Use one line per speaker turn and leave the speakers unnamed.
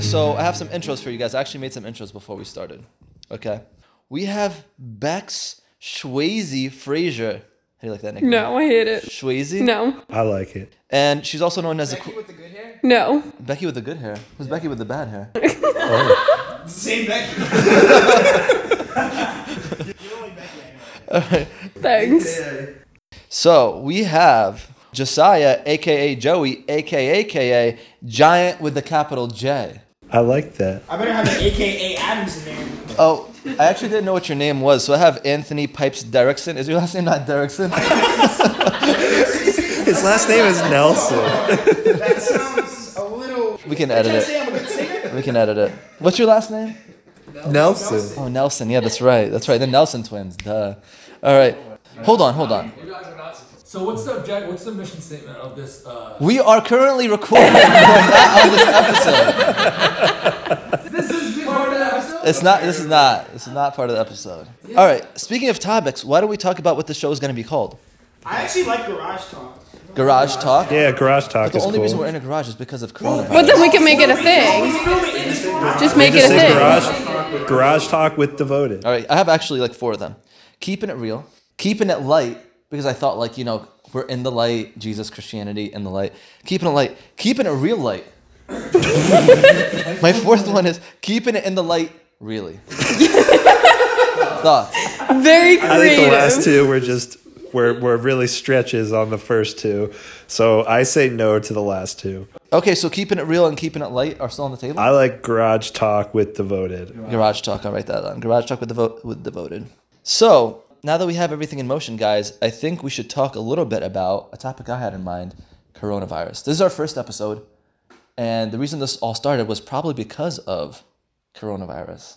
so I have some intros for you guys. I actually made some intros before we started. Okay. We have Bex Schwazy Frazier. How do you like that nickname?
No, I hate it.
Schwazy?
No,
I like it.
And she's also known as
Becky
the
with the good hair?
no.
qu- Becky with the good hair. Who's Becky with the bad hair?
Same Becky. You're only Becky I know.
Thanks.
So we have Josiah, aka Joey, aka aka Giant with the capital J.
I like that.
I better have an AKA Adams in there.
Oh, I actually didn't know what your name was, so I have Anthony Pipes Derrickson. Is your last name not Derrickson?
His last name is Nelson.
That sounds a little.
We can
Can
edit
I
it.
say I'm a good singer?
We can edit it. What's your last name?
Nelson.
Oh, Nelson. Yeah, that's right. That's right. The Nelson twins. Duh. All right. Hold on, hold on.
So what's the object? What's the mission statement of this? Uh,
We are currently recording not on this episode.
this is part of the episode.
It's not. This is not. This is not part of the episode. All right. Speaking of topics, why don't we talk about what the show is going to be called?
I actually like Garage Talk.
Garage Talk.
Yeah, Garage Talk
The
is
only reason we're
cool.
in a garage is because of coronavirus.
But then we can make it a
Oh,
thing.
we film it in this garage.
Just make it a
Just say
thing.
garage, garage Talk with Devoted.
All right, I have actually like four of them. Keeping it real, keeping it light, because I thought like you know we're in the light, Jesus, Christianity, in the light. Keeping it light, keeping it real light. My fourth one is keeping it in the light, really. Thoughts?
Very
I think the last
creative.
two were just were, were really stretches on the first two. So I say no to the last two.
Okay, so keeping it real and keeping it light are still on the table.
I like Garage Talk with Devoted.
Garage Talk. I'll write that down. Garage Talk with the vote with devoted. So now that we have everything in motion, guys, I think we should talk a little bit about a topic I had in mind: coronavirus. This is our first episode, and the reason this all started was probably because of coronavirus.